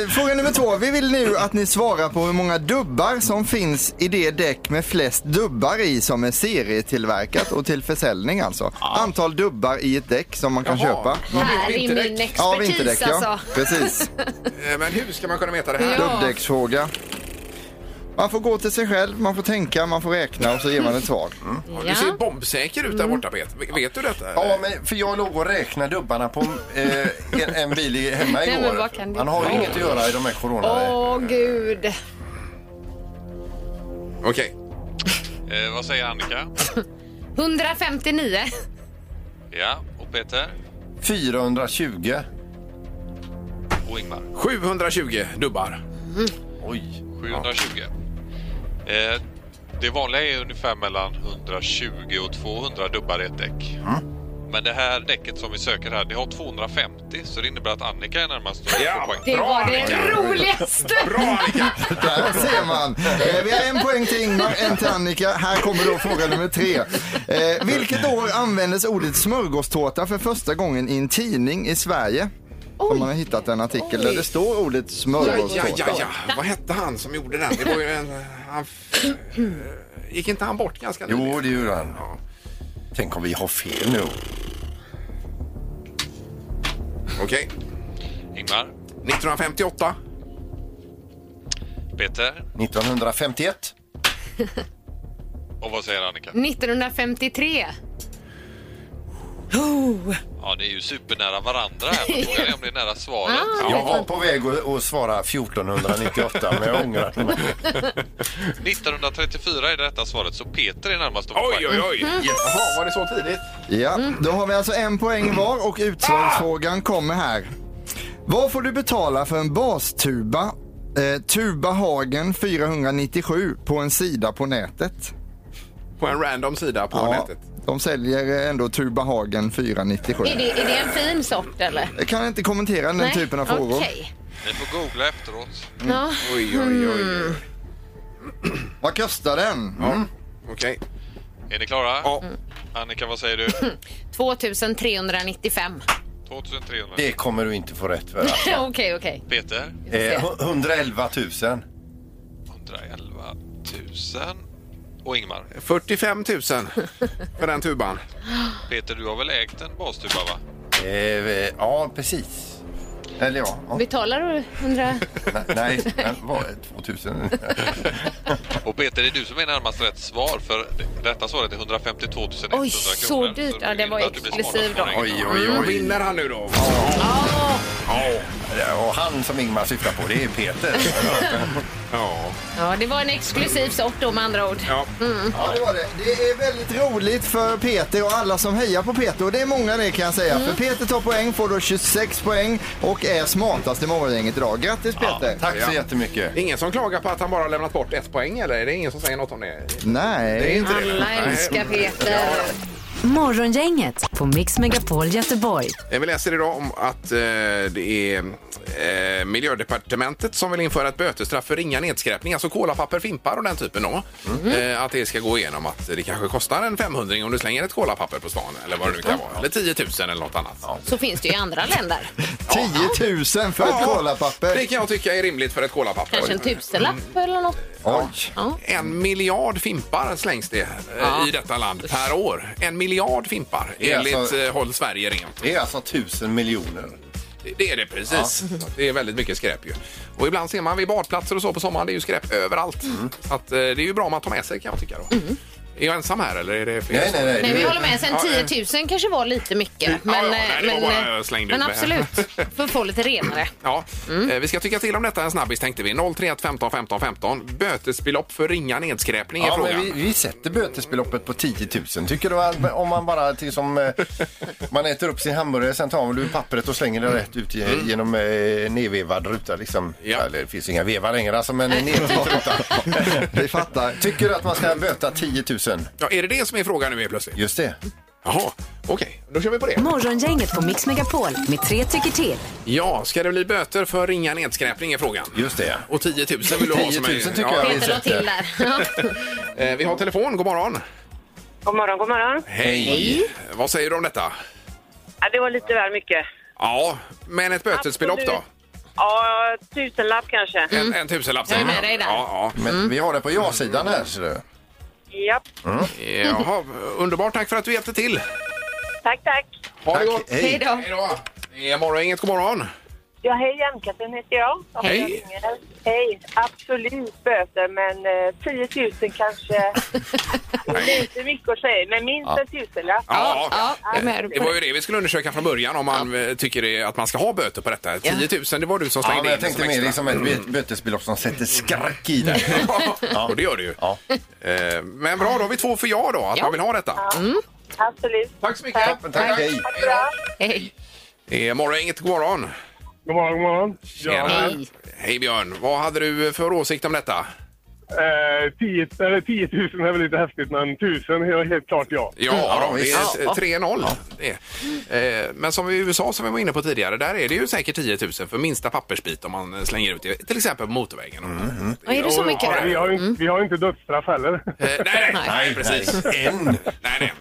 Speaker 7: Eh, Fråga nummer två. Vi vill nu att ni svarar på hur många dubbar som finns i det däck med flest dubbar i som är serietillverkat och till försäljning alltså. Antal dubbar i ett däck som man kan
Speaker 4: Jaha.
Speaker 7: köpa.
Speaker 6: Här är
Speaker 4: Vinterdäck.
Speaker 6: min expertis
Speaker 7: Ja, vinterdäck ja.
Speaker 6: alltså.
Speaker 7: Precis.
Speaker 4: Eh, Men hur ska man kunna mäta det här?
Speaker 6: Ja.
Speaker 7: Dubbdäcksfråga. Man får gå till sig själv, man får tänka, man får räkna och så ger man ett svar.
Speaker 4: Ja, Du
Speaker 6: Ja.
Speaker 4: ser bombsäker ut där borta Peter. Vet- Vet du detta?
Speaker 5: Ja, men för jag låg och räknade dubbarna på eh, en, en bil i- hemma
Speaker 6: Nej, men
Speaker 5: igår.
Speaker 6: vad kan det
Speaker 5: Man har ju
Speaker 6: vara?
Speaker 5: inget att göra i de här corona...
Speaker 6: Åh, gud.
Speaker 4: Okej.
Speaker 1: Eh, vad säger Annika?
Speaker 6: 159.
Speaker 1: Ja, och Peter
Speaker 5: 420.
Speaker 1: och Ingmar.
Speaker 4: 720 dubbar.
Speaker 5: Oj.
Speaker 1: 720. Eh, det vanliga är ungefär mellan 120 och 200 dubbar i ett däck.
Speaker 4: Mm.
Speaker 1: Men det här däcket som vi söker här, det har 250 så det innebär att Annika är närmast att
Speaker 4: Ja,
Speaker 1: få poäng.
Speaker 6: Det var det
Speaker 4: Annika.
Speaker 6: roligaste.
Speaker 4: Bra Annika!
Speaker 7: Där ser man. Eh, vi har en poäng till Ingmar, en till Annika. Här kommer då fråga nummer tre. Eh, vilket år användes ordet smörgåstårta för första gången i en tidning i Sverige? Om man har hittat en artikel där det står ordet
Speaker 4: Ja, ja,
Speaker 7: smörgåstårta.
Speaker 4: ja, ja. Vad hette han som gjorde den? Det var ju en... eh, Han, eh, gick inte han bort ganska
Speaker 5: Jo,
Speaker 4: nyligen?
Speaker 5: det gjorde han. Tänk om vi har fel nu.
Speaker 4: Okej.
Speaker 1: Ingmar,
Speaker 4: 1958.
Speaker 1: Peter
Speaker 5: 1951.
Speaker 1: och vad säger Annika?
Speaker 6: Mm. 1953.
Speaker 1: Ja, det är ju supernära varandra här. men Frågan är om det är nära svaret.
Speaker 6: Ah.
Speaker 5: Jag var på väg att, att svara 1498, men jag ångrar mig.
Speaker 1: 1934 är det rätta svaret så Peter är närmast att få
Speaker 4: Oj,
Speaker 1: poäng.
Speaker 4: oj, oj! Jaha, var det så tidigt? Ah!
Speaker 7: Ja, då har vi alltså en poäng var och utslagsfrågan kommer här. Vad får du betala för en bastuba, eh, Tuba Hagen 497, på en sida på nätet?
Speaker 4: På en random sida på nätet.
Speaker 7: de säljer eh, ändå Tuba Hagen 497.
Speaker 6: Är det, är det en fin sort eller?
Speaker 7: Jag kan inte kommentera den
Speaker 6: Nej,
Speaker 7: typen av frågor.
Speaker 6: Okej.
Speaker 1: Ni får googla efteråt.
Speaker 6: Ja.
Speaker 4: Oj, oj, oj.
Speaker 5: Mm.
Speaker 4: oj.
Speaker 7: Vad kostar den? Mm.
Speaker 4: Okej.
Speaker 1: Är ni klara?
Speaker 4: Ja. Mm.
Speaker 1: Annika, vad säger du?
Speaker 6: 2395.
Speaker 1: 2300.
Speaker 5: Det kommer du inte få rätt för. alltså.
Speaker 6: Okej, okej.
Speaker 1: Peter?
Speaker 5: Eh, hu- 111 000.
Speaker 1: 111 000. Och Ingmar?
Speaker 4: 45 000 för den tuban.
Speaker 1: Peter, du har väl ägt en bastuba va?
Speaker 5: Eh, eh, ja, precis. Eller ja. ja.
Speaker 6: Betalar du 100?
Speaker 5: Nej, Nej, men vad är 2000?
Speaker 1: Och Peter, det är du som är närmast rätt svar för det- rätta svaret är 152 100 kronor.
Speaker 6: Oj, så dyrt. Ja, det
Speaker 1: vill
Speaker 6: var
Speaker 1: att du blir smartast
Speaker 6: exklusiv då.
Speaker 1: på ringen.
Speaker 5: Oj, oj,
Speaker 4: Och
Speaker 5: oj.
Speaker 4: vinner han nu då?
Speaker 5: Ja, Och han som Ingmar syftar på, det är Peter.
Speaker 4: Ja.
Speaker 6: Ja, det var en exklusiv sort då med andra ord.
Speaker 4: ja.
Speaker 7: Ja, det var det. Det är väldigt roligt för Peter och alla som hejar på Peter och det är många det kan jag säga.
Speaker 6: Mm.
Speaker 7: För Peter tar poäng, får då 26 poäng och är smartast i morgongänget idag. Grattis Peter!
Speaker 5: Tack så
Speaker 4: Ja.
Speaker 5: jättemycket.
Speaker 4: Ingen som klagar på att han bara har lämnat bort ett poäng eller? Är det ingen som säger något om det?
Speaker 7: Nej.
Speaker 4: Det är inte det.
Speaker 6: Alla älskar Peter.
Speaker 3: Morgongänget på Mix Megapol Göteborg.
Speaker 4: Eh, Vi läser idag om att eh, det är eh, Miljödepartementet som vill införa ett bötesstraff för ringa nedskräpning, alltså kolapapper, fimpar och den typen då.
Speaker 5: Mhm.
Speaker 4: Eh, att det ska gå igenom att det kanske kostar en 500 om du slänger ett kolapapper på stan eller vad det nu kan vara. Eller 10 000 eller något annat.
Speaker 6: Så finns det ju i andra länder.
Speaker 7: 10 000 för ett
Speaker 4: Ja. Det
Speaker 7: kolapapper.
Speaker 4: kan jag tycka är rimligt för ett kolapapper.
Speaker 6: Kanske en tusenlapp
Speaker 4: Mm.
Speaker 6: eller något.
Speaker 5: Oj.
Speaker 6: Ja.
Speaker 4: En miljard fimpar slängs det eh, i detta land per år. En miljard fimpar
Speaker 5: Det är
Speaker 4: enligt
Speaker 5: alltså-
Speaker 4: eh, Håll Sverige rent.
Speaker 5: Det är alltså tusen miljoner.
Speaker 4: Det är det precis. Det är väldigt mycket skräp ju. Och ibland ser man vid badplatser och så på sommaren, det är ju skräp överallt. Så att, eh, det är ju bra om man tar med sig kan jag tycka då. Är jag ensam här eller är det fler?
Speaker 5: Nej, nej, nej.
Speaker 6: Nej,
Speaker 5: du-
Speaker 6: vi håller med. Sen
Speaker 4: Ja, eh.
Speaker 6: 10 000 kanske var lite mycket.
Speaker 4: Ja,
Speaker 6: Men,
Speaker 4: ja,
Speaker 6: eh,
Speaker 4: nej, det var
Speaker 6: men,
Speaker 4: bara jag
Speaker 6: eh,
Speaker 4: slängde ut
Speaker 6: men
Speaker 4: det.
Speaker 6: absolut, för att få lite renare.
Speaker 4: Ja, eh, vi ska tycka till om detta en snabbis tänkte vi. 031 15 15 15. Bötesbelopp för ringa nedskräpning är
Speaker 5: Ja,
Speaker 4: frågan.
Speaker 5: men vi, vi sätter bötesbeloppet på 10 000. Tycker du att om man bara till som, eh, man äter upp sin hamburgare, sen tar man du pappret och slänger det rätt ut i, genom eh, nedvevad ruta liksom.
Speaker 4: Ja.
Speaker 5: Eller det finns inga vevar längre alltså, men en nedvevad ruta.
Speaker 7: Vi fattar.
Speaker 5: Tycker du att man ska böta 10 000?
Speaker 4: Ja, är det det som är frågan nu helt plötsligt?
Speaker 5: Just det.
Speaker 4: Jaha, okej. Då kör vi på det.
Speaker 3: Morgongänget på Mix Megapol med tre tycker till.
Speaker 4: Ja, ska det bli böter för ringa nedskräpning är frågan.
Speaker 5: Just det.
Speaker 4: Och 10 000 vill du ha
Speaker 5: 10
Speaker 4: som
Speaker 5: 000
Speaker 4: är...
Speaker 5: tycker
Speaker 4: ja,
Speaker 5: jag.
Speaker 6: Peter la till där.
Speaker 4: eh, Vi har telefon, god morgon.
Speaker 10: God morgon, god morgon.
Speaker 4: Hej. Vad säger du om detta?
Speaker 10: Ja, det var lite väl mycket.
Speaker 4: Ja, men ett bötesbelopp då?
Speaker 10: Ja, tusenlapp kanske.
Speaker 4: En, en tusenlapp säger
Speaker 6: Mm. Jag är med dig
Speaker 4: man.
Speaker 6: där.
Speaker 4: Ja, ja.
Speaker 5: Men vi har det på ja-sidan här. ser du.
Speaker 10: Japp.
Speaker 4: Jaha, underbart. Tack för att du hjälpte till.
Speaker 10: Tack, tack.
Speaker 4: Ha det
Speaker 5: Tack,
Speaker 4: gott.
Speaker 5: hej.
Speaker 6: Hej då.
Speaker 4: Hej då. Det är Morgongänget, god morgon.
Speaker 10: Ja, hej, Ann-Katrin heter jag. Och
Speaker 4: Hej.
Speaker 10: jag ringer. Hej. Absolut böter, men eh, 10 000 kanske. lite mycket att säga, men minst en tusenlapp.
Speaker 6: Ja, ja, jag är med
Speaker 4: Det
Speaker 6: dig på
Speaker 4: var
Speaker 6: det.
Speaker 4: ju det vi skulle undersöka från början om man eh, tycker det- att man ska ha böter på detta. 10 000, det var du som
Speaker 5: Ja,
Speaker 4: slängde
Speaker 5: men jag
Speaker 4: in det
Speaker 5: tänkte mer
Speaker 4: extra.
Speaker 5: liksom ett bö- bötesbelopp som sätter skrack i det.
Speaker 4: Ja, och det gör det ju.
Speaker 5: liksom- Ja.
Speaker 4: Eh, Men bra, då har vi två för ja då, att man vill ha detta.
Speaker 6: Mm.
Speaker 10: Absolut.
Speaker 4: Tack så mycket.
Speaker 5: Toppen, tack. Hej.
Speaker 10: Ha det bra.
Speaker 6: Hej.
Speaker 4: Det är Morgongänget, god morgon.
Speaker 11: God morgon, god morgon.
Speaker 4: Tjena.
Speaker 6: Hej.
Speaker 4: Hej Björn, vad hade du för åsikt om detta?
Speaker 11: Eh, 10, eller 10 000 är väl lite häftigt, men 1000 är helt klart ja.
Speaker 4: Ja,
Speaker 5: Ja,
Speaker 4: då, det
Speaker 5: visst.
Speaker 4: är 3-0. Det är. Eh, Men som i USA som vi var inne på tidigare, där är det ju säkert 10 000 för minsta pappersbit om man slänger ut det, till exempel på motorvägen.
Speaker 6: Ja, Är det så mycket
Speaker 11: Ja, vi,
Speaker 6: då?
Speaker 11: har ju,
Speaker 4: Mm.
Speaker 11: vi har ju inte dödsstraff heller.
Speaker 4: Eh, Nej, nej, nej,
Speaker 6: Nej.
Speaker 4: precis.
Speaker 5: En.
Speaker 4: Nej, nej.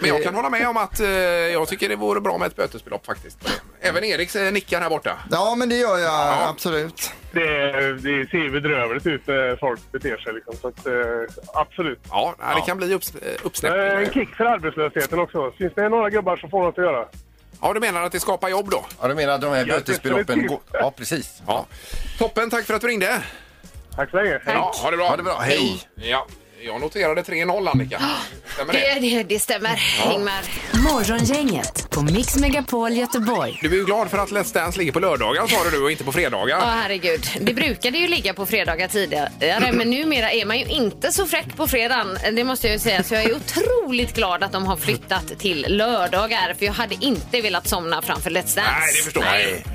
Speaker 4: Men jag kan hålla med om att eh, jag tycker det vore bra med ett bötesbelopp faktiskt. Även Erik eh, nickar här borta.
Speaker 7: Ja, men det gör jag absolut.
Speaker 11: Det, det ser ju bedrövligt ut när folk beter sig. Liksom, så att, eh, absolut.
Speaker 4: Ja, nej, det kan bli upps eh,
Speaker 11: Eh, en
Speaker 4: uppsnäppning.
Speaker 11: kick för arbetslösheten också. Finns det några gubbar som får något att göra?
Speaker 4: Ja, du menar att det skapar jobb då?
Speaker 5: Ja, du menar att de här
Speaker 11: Jag
Speaker 5: bötesbeloppen
Speaker 11: tycker det är
Speaker 5: går... Ja, precis.
Speaker 4: Ja. Toppen, tack för att du ringde.
Speaker 11: Tack så länge.
Speaker 4: Ja, ha det bra.
Speaker 5: Ha det bra. Hej.
Speaker 4: Ja. Jag noterade 3-0 Annika. Stämmer det?
Speaker 6: Det, det, det stämmer, Ingmar.
Speaker 3: Morgongänget på Mix Megapol Göteborg.
Speaker 4: Du är ju glad för att Let's Dance ligger på lördagar sa du och inte på fredagar.
Speaker 6: Ja, herregud. Det brukade ju ligga på fredagar tidigare, men numera är man ju inte så fräck på fredagen. Det måste jag ju säga. Så jag är otroligt glad att de har flyttat till lördagar, för jag hade inte velat somna framför Let's Dance.
Speaker 4: Nej, det förstår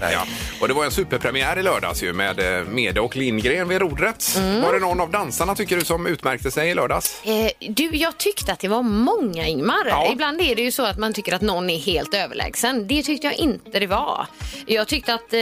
Speaker 4: jag. Ja. Och det var en superpremiär i lördags ju med eh, Mede och Lindgren vid rodret.
Speaker 6: Mm.
Speaker 4: Var det någon av dansarna tycker du som utmärkte sig i lördags?
Speaker 6: Eh, du, jag tyckte att det var många Ingmar.
Speaker 4: Ja.
Speaker 6: Ibland är det ju så att man tycker att någon är helt överlägsen. Det tyckte jag inte det var. Jag tyckte att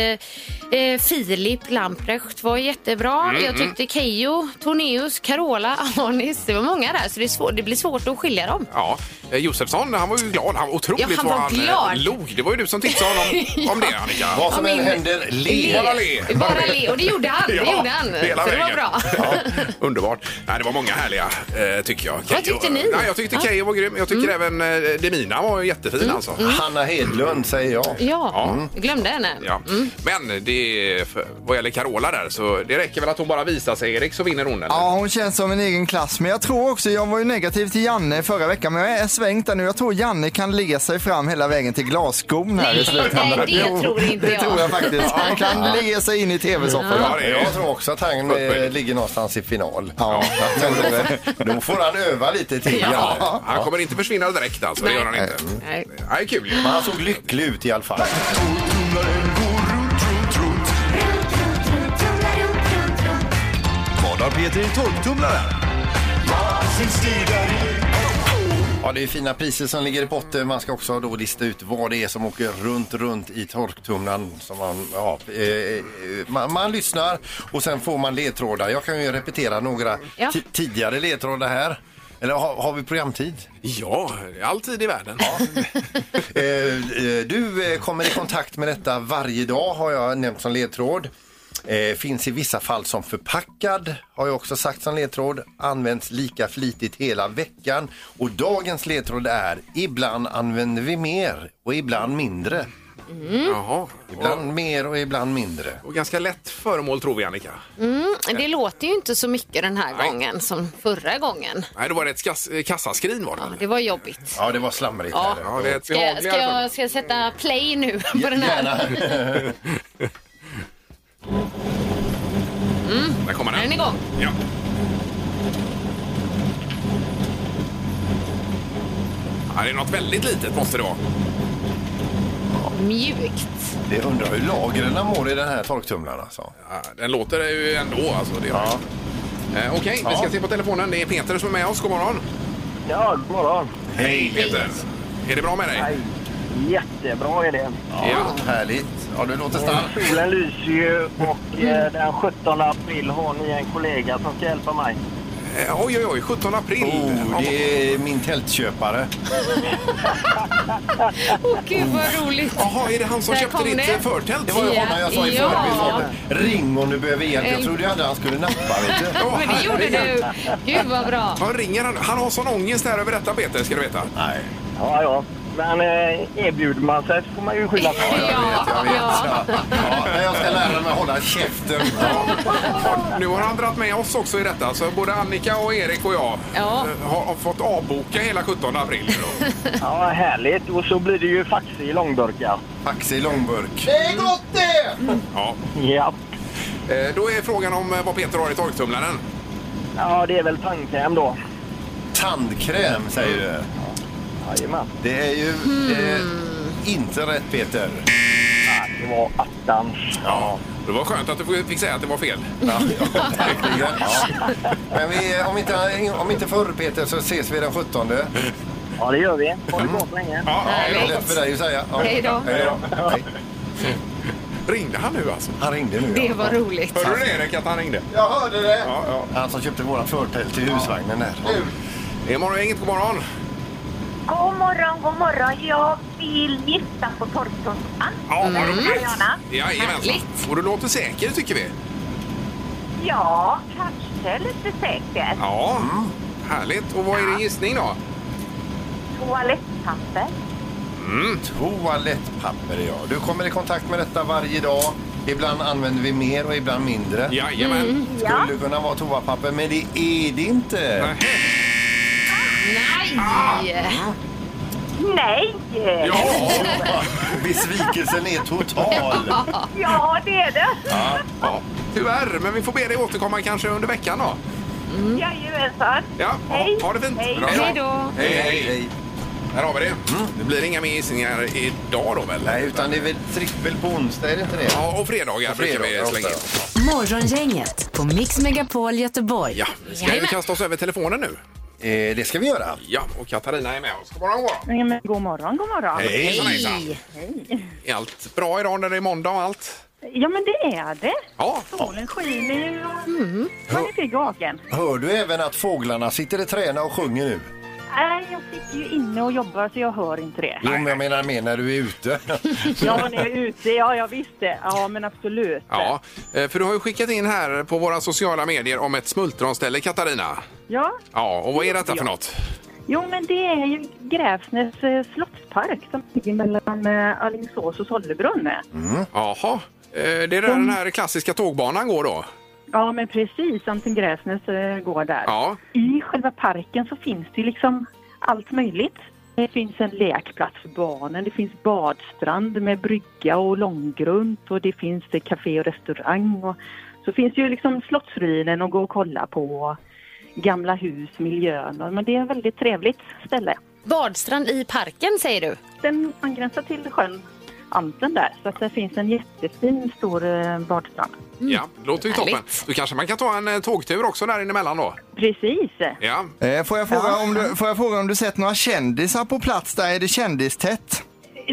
Speaker 6: eh, eh, Filip Lamprecht var jättebra.
Speaker 4: Mm-hmm.
Speaker 12: Mm,
Speaker 6: jag tyckte Keio, Tornéus, Carola, Anis. Det var många där så det, är svår, det blir svårt att skilja dem.
Speaker 4: Ja, eh, Josefsson han var ju glad. Han var otroligt
Speaker 6: Ja, han var
Speaker 4: eh,
Speaker 6: glad.
Speaker 4: log. Det var ju du som tipsade honom om det Annika.
Speaker 5: Vad som
Speaker 6: Ja,
Speaker 5: än
Speaker 6: men-
Speaker 5: händer, le.
Speaker 4: Bara le.
Speaker 6: Bara le. Och det gjorde han.
Speaker 4: Ja,
Speaker 6: det gjorde han.
Speaker 4: hela
Speaker 6: Så det var
Speaker 4: vägen.
Speaker 6: bra.
Speaker 4: Underbart. Nej, det var många härliga eh, tycker jag. Keyyo-
Speaker 6: tyckte ni?
Speaker 4: Nej, jag tyckte
Speaker 6: Ja. Mm.
Speaker 4: Keyyo var grym. Jag tycker även eh, Demina var ju jättefin alltså.
Speaker 5: Hanna Hedlund säger jag.
Speaker 6: Ja,
Speaker 4: Ja.
Speaker 6: jag glömde henne.
Speaker 4: Ja. Men det, för- vad gäller Carola där så det räcker väl att hon bara visar sig Erik så vinner hon eller?
Speaker 7: Ja, hon känns som en egen klass. Men jag tror också, jag var ju negativ till Janne förra veckan, men jag är svängt där nu. Jag tror Janne kan le sig fram hela vägen till glasskon här i slutändan.
Speaker 6: nej, det tror inte
Speaker 7: Det
Speaker 6: jag.
Speaker 7: tror jag faktiskt. Han kan le sig in i tv-soffan.
Speaker 5: Ja, det är- Jag tror också att han eh, ligger någonstans i final. eh,
Speaker 7: Ja.
Speaker 5: Då får han öva lite till.
Speaker 4: Ja.
Speaker 5: Janne.
Speaker 4: Han kommer inte försvinna direkt alltså, det gör han inte.
Speaker 6: Nej.
Speaker 4: Nej, kul ju.
Speaker 5: Men alltså- han såg lycklig ut i alla fall.
Speaker 13: Vad har Peter i torktumlaren?
Speaker 5: Ja, det är fina priser som ligger i potten. Man ska också då lista ut vad det är som åker runt, runt i torktumlaren. Som man, ja, eh, eh, man, man lyssnar och sen får man ledtrådar. Jag kan ju repetera några
Speaker 6: Ja.
Speaker 5: ti- tidigare ledtrådar här. Eller har, har vi programtid?
Speaker 4: Ja, all tid i världen.
Speaker 5: Eh, eh, du eh, kommer i kontakt med detta varje dag har jag nämnt som ledtråd. Eh, finns i vissa fall som förpackad har jag också sagt som ledtråd. Används lika flitigt hela veckan. Och dagens ledtråd är ibland använder vi mer och ibland mindre.
Speaker 4: Mm. Jaha.
Speaker 5: Ibland mer och ibland mindre.
Speaker 4: Och ganska lätt föremål tror vi Annika.
Speaker 6: Mm, det låter ju inte så mycket den här gången som förra gången.
Speaker 4: Nej, det var ett skass- eh, kassaskrin var det väl?
Speaker 6: Det var jobbigt.
Speaker 5: Ja, det var slamrigt.
Speaker 6: Ja.
Speaker 5: här.
Speaker 4: Ja, det är ett
Speaker 6: Ska, ska,
Speaker 4: behagligare
Speaker 6: jag, ska jag sätta play nu på den här?
Speaker 5: Gärna.
Speaker 6: Mm.
Speaker 4: Där kommer
Speaker 6: Är den igång?
Speaker 4: Ja. Ja, det är något väldigt litet måste det vara.
Speaker 6: Mjukt.
Speaker 5: Det undrar hur lagren mår i den här torktumlaren alltså.
Speaker 4: Ja, Den låter ju ändå alltså. Det ja. eh, Okej, vi ska
Speaker 5: Ja.
Speaker 4: se på telefonen. Det är Peter som är med oss. God morgon.
Speaker 9: Ja, god morgon.
Speaker 4: Hej Peter! Är det bra med dig?
Speaker 9: Jättebra är det.
Speaker 4: Ja.
Speaker 5: Härligt. Ja, du låter stark.
Speaker 9: Solen lyser ju och
Speaker 11: Mm.
Speaker 9: eh, den 17 april har ni en kollega som ska hjälpa mig.
Speaker 4: Eh, Oj, oj, oj. 17 april.
Speaker 5: Oh, det är min tältköpare.
Speaker 6: Åh gud vad roligt.
Speaker 4: Jaha, är det han som
Speaker 6: Där
Speaker 4: köpte
Speaker 6: kom
Speaker 4: ditt eh,
Speaker 6: det.
Speaker 4: förtält?
Speaker 5: Det var ju
Speaker 6: Ja,
Speaker 5: honom jag sa i
Speaker 6: ja.
Speaker 5: förbifarten. Ring om du behöver hjälp. Jag trodde ju aldrig han skulle nappa. Vet du.
Speaker 4: Åh,
Speaker 6: Men det gjorde du.
Speaker 4: herregud.
Speaker 6: Gud vad bra.
Speaker 4: Han ringer han. Han har sån ångest här över detta Peter, ska du veta.
Speaker 5: Nej.
Speaker 9: Ja, ja. Men eh, erbjuder man sig så får man ju skylla på det.
Speaker 5: Jag vet, jag vet. Ja. Ja, men jag ska lära mig att hålla käften.
Speaker 4: Och nu har han dragit med oss också i detta, så både Annika och Erik och jag
Speaker 6: Ja.
Speaker 4: eh, har, har fått avboka hela 17 april. nu då.
Speaker 9: Ja, härligt. Och så blir det ju faxi i långburkar.
Speaker 5: Faxi i långburk.
Speaker 7: Det är gott det!
Speaker 4: Ja.
Speaker 9: Ja.
Speaker 4: Eh, Då är frågan om eh, vad Peter har i torktumlaren.
Speaker 9: ja, det är väl tandkräm då.
Speaker 5: Tandkräm säger du.
Speaker 9: Jajamän.
Speaker 5: Det är ju
Speaker 6: Hmm.
Speaker 5: eh, inte rätt Peter.
Speaker 9: Ja, det var attans.
Speaker 4: Ja. Det var skönt att du fick säga att det var fel.
Speaker 5: Ja, ja, verkligen. ja. Men vi, eh, om, inte, om inte förr Peter så ses vi den 17. Det
Speaker 9: Ja, det gör vi. Ha det bra så länge.
Speaker 4: Ja,
Speaker 6: Nej,
Speaker 4: ja,
Speaker 5: är
Speaker 6: men-
Speaker 4: ja.
Speaker 5: lätt för dig att säga. Ja.
Speaker 6: Hej då.
Speaker 5: Hej då. Hej.
Speaker 4: Ringde han nu alltså?
Speaker 5: Han ringde nu.
Speaker 6: Det
Speaker 5: Ja.
Speaker 6: var roligt.
Speaker 4: Hörde du det Erik, att han ringde?
Speaker 5: Jag hörde det.
Speaker 4: Ja, ja.
Speaker 5: Han som köpte våra förtält till husvagnen där.
Speaker 4: Det är morgongänget, god morgon.
Speaker 12: God morgon, god morgon. Jag vill gifta på torktumlaren.
Speaker 4: Ja, Mm.
Speaker 10: Mm.
Speaker 4: vad roligt.
Speaker 12: Mariana.
Speaker 4: Jajamensan.
Speaker 6: Härligt.
Speaker 4: Och du låter säker tycker vi.
Speaker 12: Ja, kanske lite säkert.
Speaker 4: Ja, Mm. härligt. Och vad är din gissning då?
Speaker 12: Toalettpapper.
Speaker 5: Toalettpapper ja. Du kommer i kontakt med detta varje dag. Ibland använder vi mer och ibland mindre.
Speaker 4: Jajamän. Mm,
Speaker 5: Skulle det kunna vara toapapper, men det är det inte.
Speaker 6: Nej!
Speaker 12: Nej!
Speaker 5: Ja. Besvikelsen är total.
Speaker 12: Ja, det är det.
Speaker 4: Ja. Ja. Tyvärr, men vi får be dig återkomma kanske under veckan då.
Speaker 12: Jajamensan.
Speaker 4: Mm. Ja, ha, ha det fint.
Speaker 12: Hej.
Speaker 4: Bra.
Speaker 12: Hej då.
Speaker 4: Hej, hej, hej. Här har vi det. Det blir inga mer gissningar idag då väl?
Speaker 5: Nej, utan det är väl trippel på onsdag, är det inte det?
Speaker 4: Ja, och fredagar
Speaker 5: Och
Speaker 4: brukar vi
Speaker 5: fredagar
Speaker 4: slänga in.
Speaker 3: Morgongänget på Mix Megapol Göteborg. Ja,
Speaker 4: Ska vi kasta oss över telefonen nu?
Speaker 5: Eh, det ska vi göra.
Speaker 4: Ja, och Katarina är med oss. God morgon, god morgon.
Speaker 14: Nej, men god morgon, god morgon.
Speaker 4: Hej. Hejsan, hejsan. Är allt bra idag när det är måndag och allt?
Speaker 14: Ja, men det är det.
Speaker 4: Ja.
Speaker 14: Solen skiner ju och man är pigg och vaken.
Speaker 5: Hör du även att fåglarna sitter i träna och sjunger nu?
Speaker 14: Nej, jag sitter ju inne och jobbar så jag hör inte det.
Speaker 5: Jo, men jag menar mer när du är ute.
Speaker 14: Ja, när jag är ute, ja, jag visste. Ja, men absolut.
Speaker 4: Ja, eh, för du har ju skickat in här på våra sociala medier om ett smultronställe, Katarina.
Speaker 14: Ja,
Speaker 4: Ja, och vad är detta för något?
Speaker 14: jo, men det är ju Gräfsnäs eh, slottspark som ligger mellan eh, Alingsås och Sollebrunn.
Speaker 4: Jaha, eh, det är där den här klassiska tågbanan går då?
Speaker 14: Ja, men precis. Antin Gräfsnäs eh, går där.
Speaker 4: Ja.
Speaker 14: I själva parken så finns det ju liksom allt möjligt. Det finns en lekplats för barnen, det finns badstrand med brygga och långgrund och det finns det café och restaurang. Och så finns ju liksom slottsruinen att gå och kolla på, gamla hus, miljön. och- Men det är ett väldigt trevligt ställe.
Speaker 6: Badstrand i parken säger du?
Speaker 14: Den angränsar till sjön Anten där, så att det finns en jättefin stor eh, badstrand.
Speaker 4: Ja, det låter ju toppen. Då kanske man kan ta en eh, tågtur också där inemellan då?
Speaker 14: Precis!
Speaker 4: Ja.
Speaker 7: Eh, får, jag fråga om du, får jag fråga om du sett några kändisar på plats där? Är det kändistätt?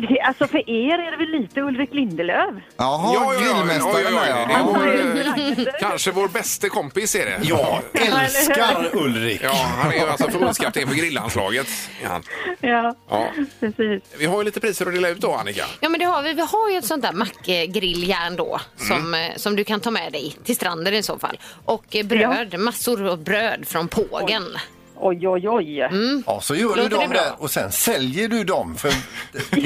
Speaker 14: Det- Alltså för er är det väl lite Ulrik Lindelöf?
Speaker 7: Jaha,
Speaker 4: Ja, ja, ja, oj, oj,
Speaker 7: grillmästaren
Speaker 4: oj,
Speaker 7: där
Speaker 4: det är
Speaker 7: ja.
Speaker 4: vår, eh, Kanske vår bästa kompis är det.
Speaker 5: Ja,
Speaker 14: Eller
Speaker 5: älskar Ulrik.
Speaker 4: Ja, han är ju alltså förbundskapten för grillanslaget. är han.
Speaker 14: Ja,
Speaker 4: Ja.
Speaker 14: precis.
Speaker 4: Vi har ju lite priser att dela ut då, Annika.
Speaker 6: Ja, men det har vi. Vi har ju ett sånt där mackegrilljärn då som, eh, som du kan ta med dig till stranden i så fall. Och eh, bröd, massor av bröd från pågen.
Speaker 14: Oj, oj, oj.
Speaker 6: Mm.
Speaker 5: Ja, så gör du
Speaker 6: Låter det
Speaker 5: dem
Speaker 6: bra?
Speaker 5: där och sen säljer du dem för till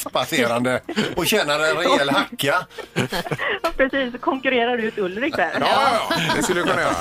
Speaker 5: förbipasserande och tjänar en rejäl hacka.
Speaker 14: Ja, precis. Så konkurrerar ut Ulrik där.
Speaker 4: det skulle du kunna göra.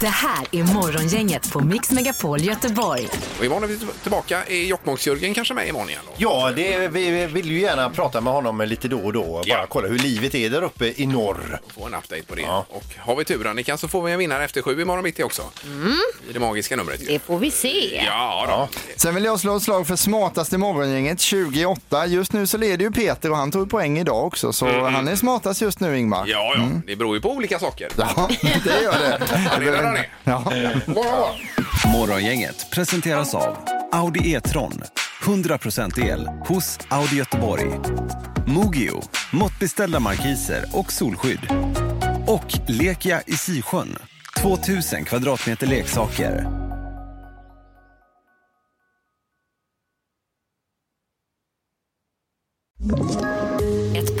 Speaker 3: Det här är Morgongänget på Mix Megapol Göteborg.
Speaker 4: Och imorgon är vi tillbaka. Är Jokkmokks-Jörgen kanske med imorgon igen? Då?
Speaker 5: Ja, det, vi vill ju gärna prata med honom lite då och då och bara kolla hur livet är där uppe i norr.
Speaker 4: Få en update på det. Och har vi tur, Annika, så får vi en vinnare efter sju imorgon mitt i också.
Speaker 14: Mm.
Speaker 4: I det magiska numret. ju.
Speaker 6: Det får vi se.
Speaker 4: Ja, då.
Speaker 7: Sen vill jag slå ett slag för smartaste morgongänget 28. Just nu så leder ju Peter och han tog poäng idag också så han är smartast just nu Ingmar.
Speaker 4: Mm. Ja, ja. Det beror ju på olika saker.
Speaker 7: Ja, det gör det.
Speaker 4: det gör det.
Speaker 7: Ja.
Speaker 4: Bra.
Speaker 15: Morgongänget presenteras av Audi E-tron. 100% el hos Audi Göteborg. Mogio, måttbeställda markiser och solskydd. Och Lekia i Sisjön, 2000 kvadratmeter leksaker.
Speaker 16: Ett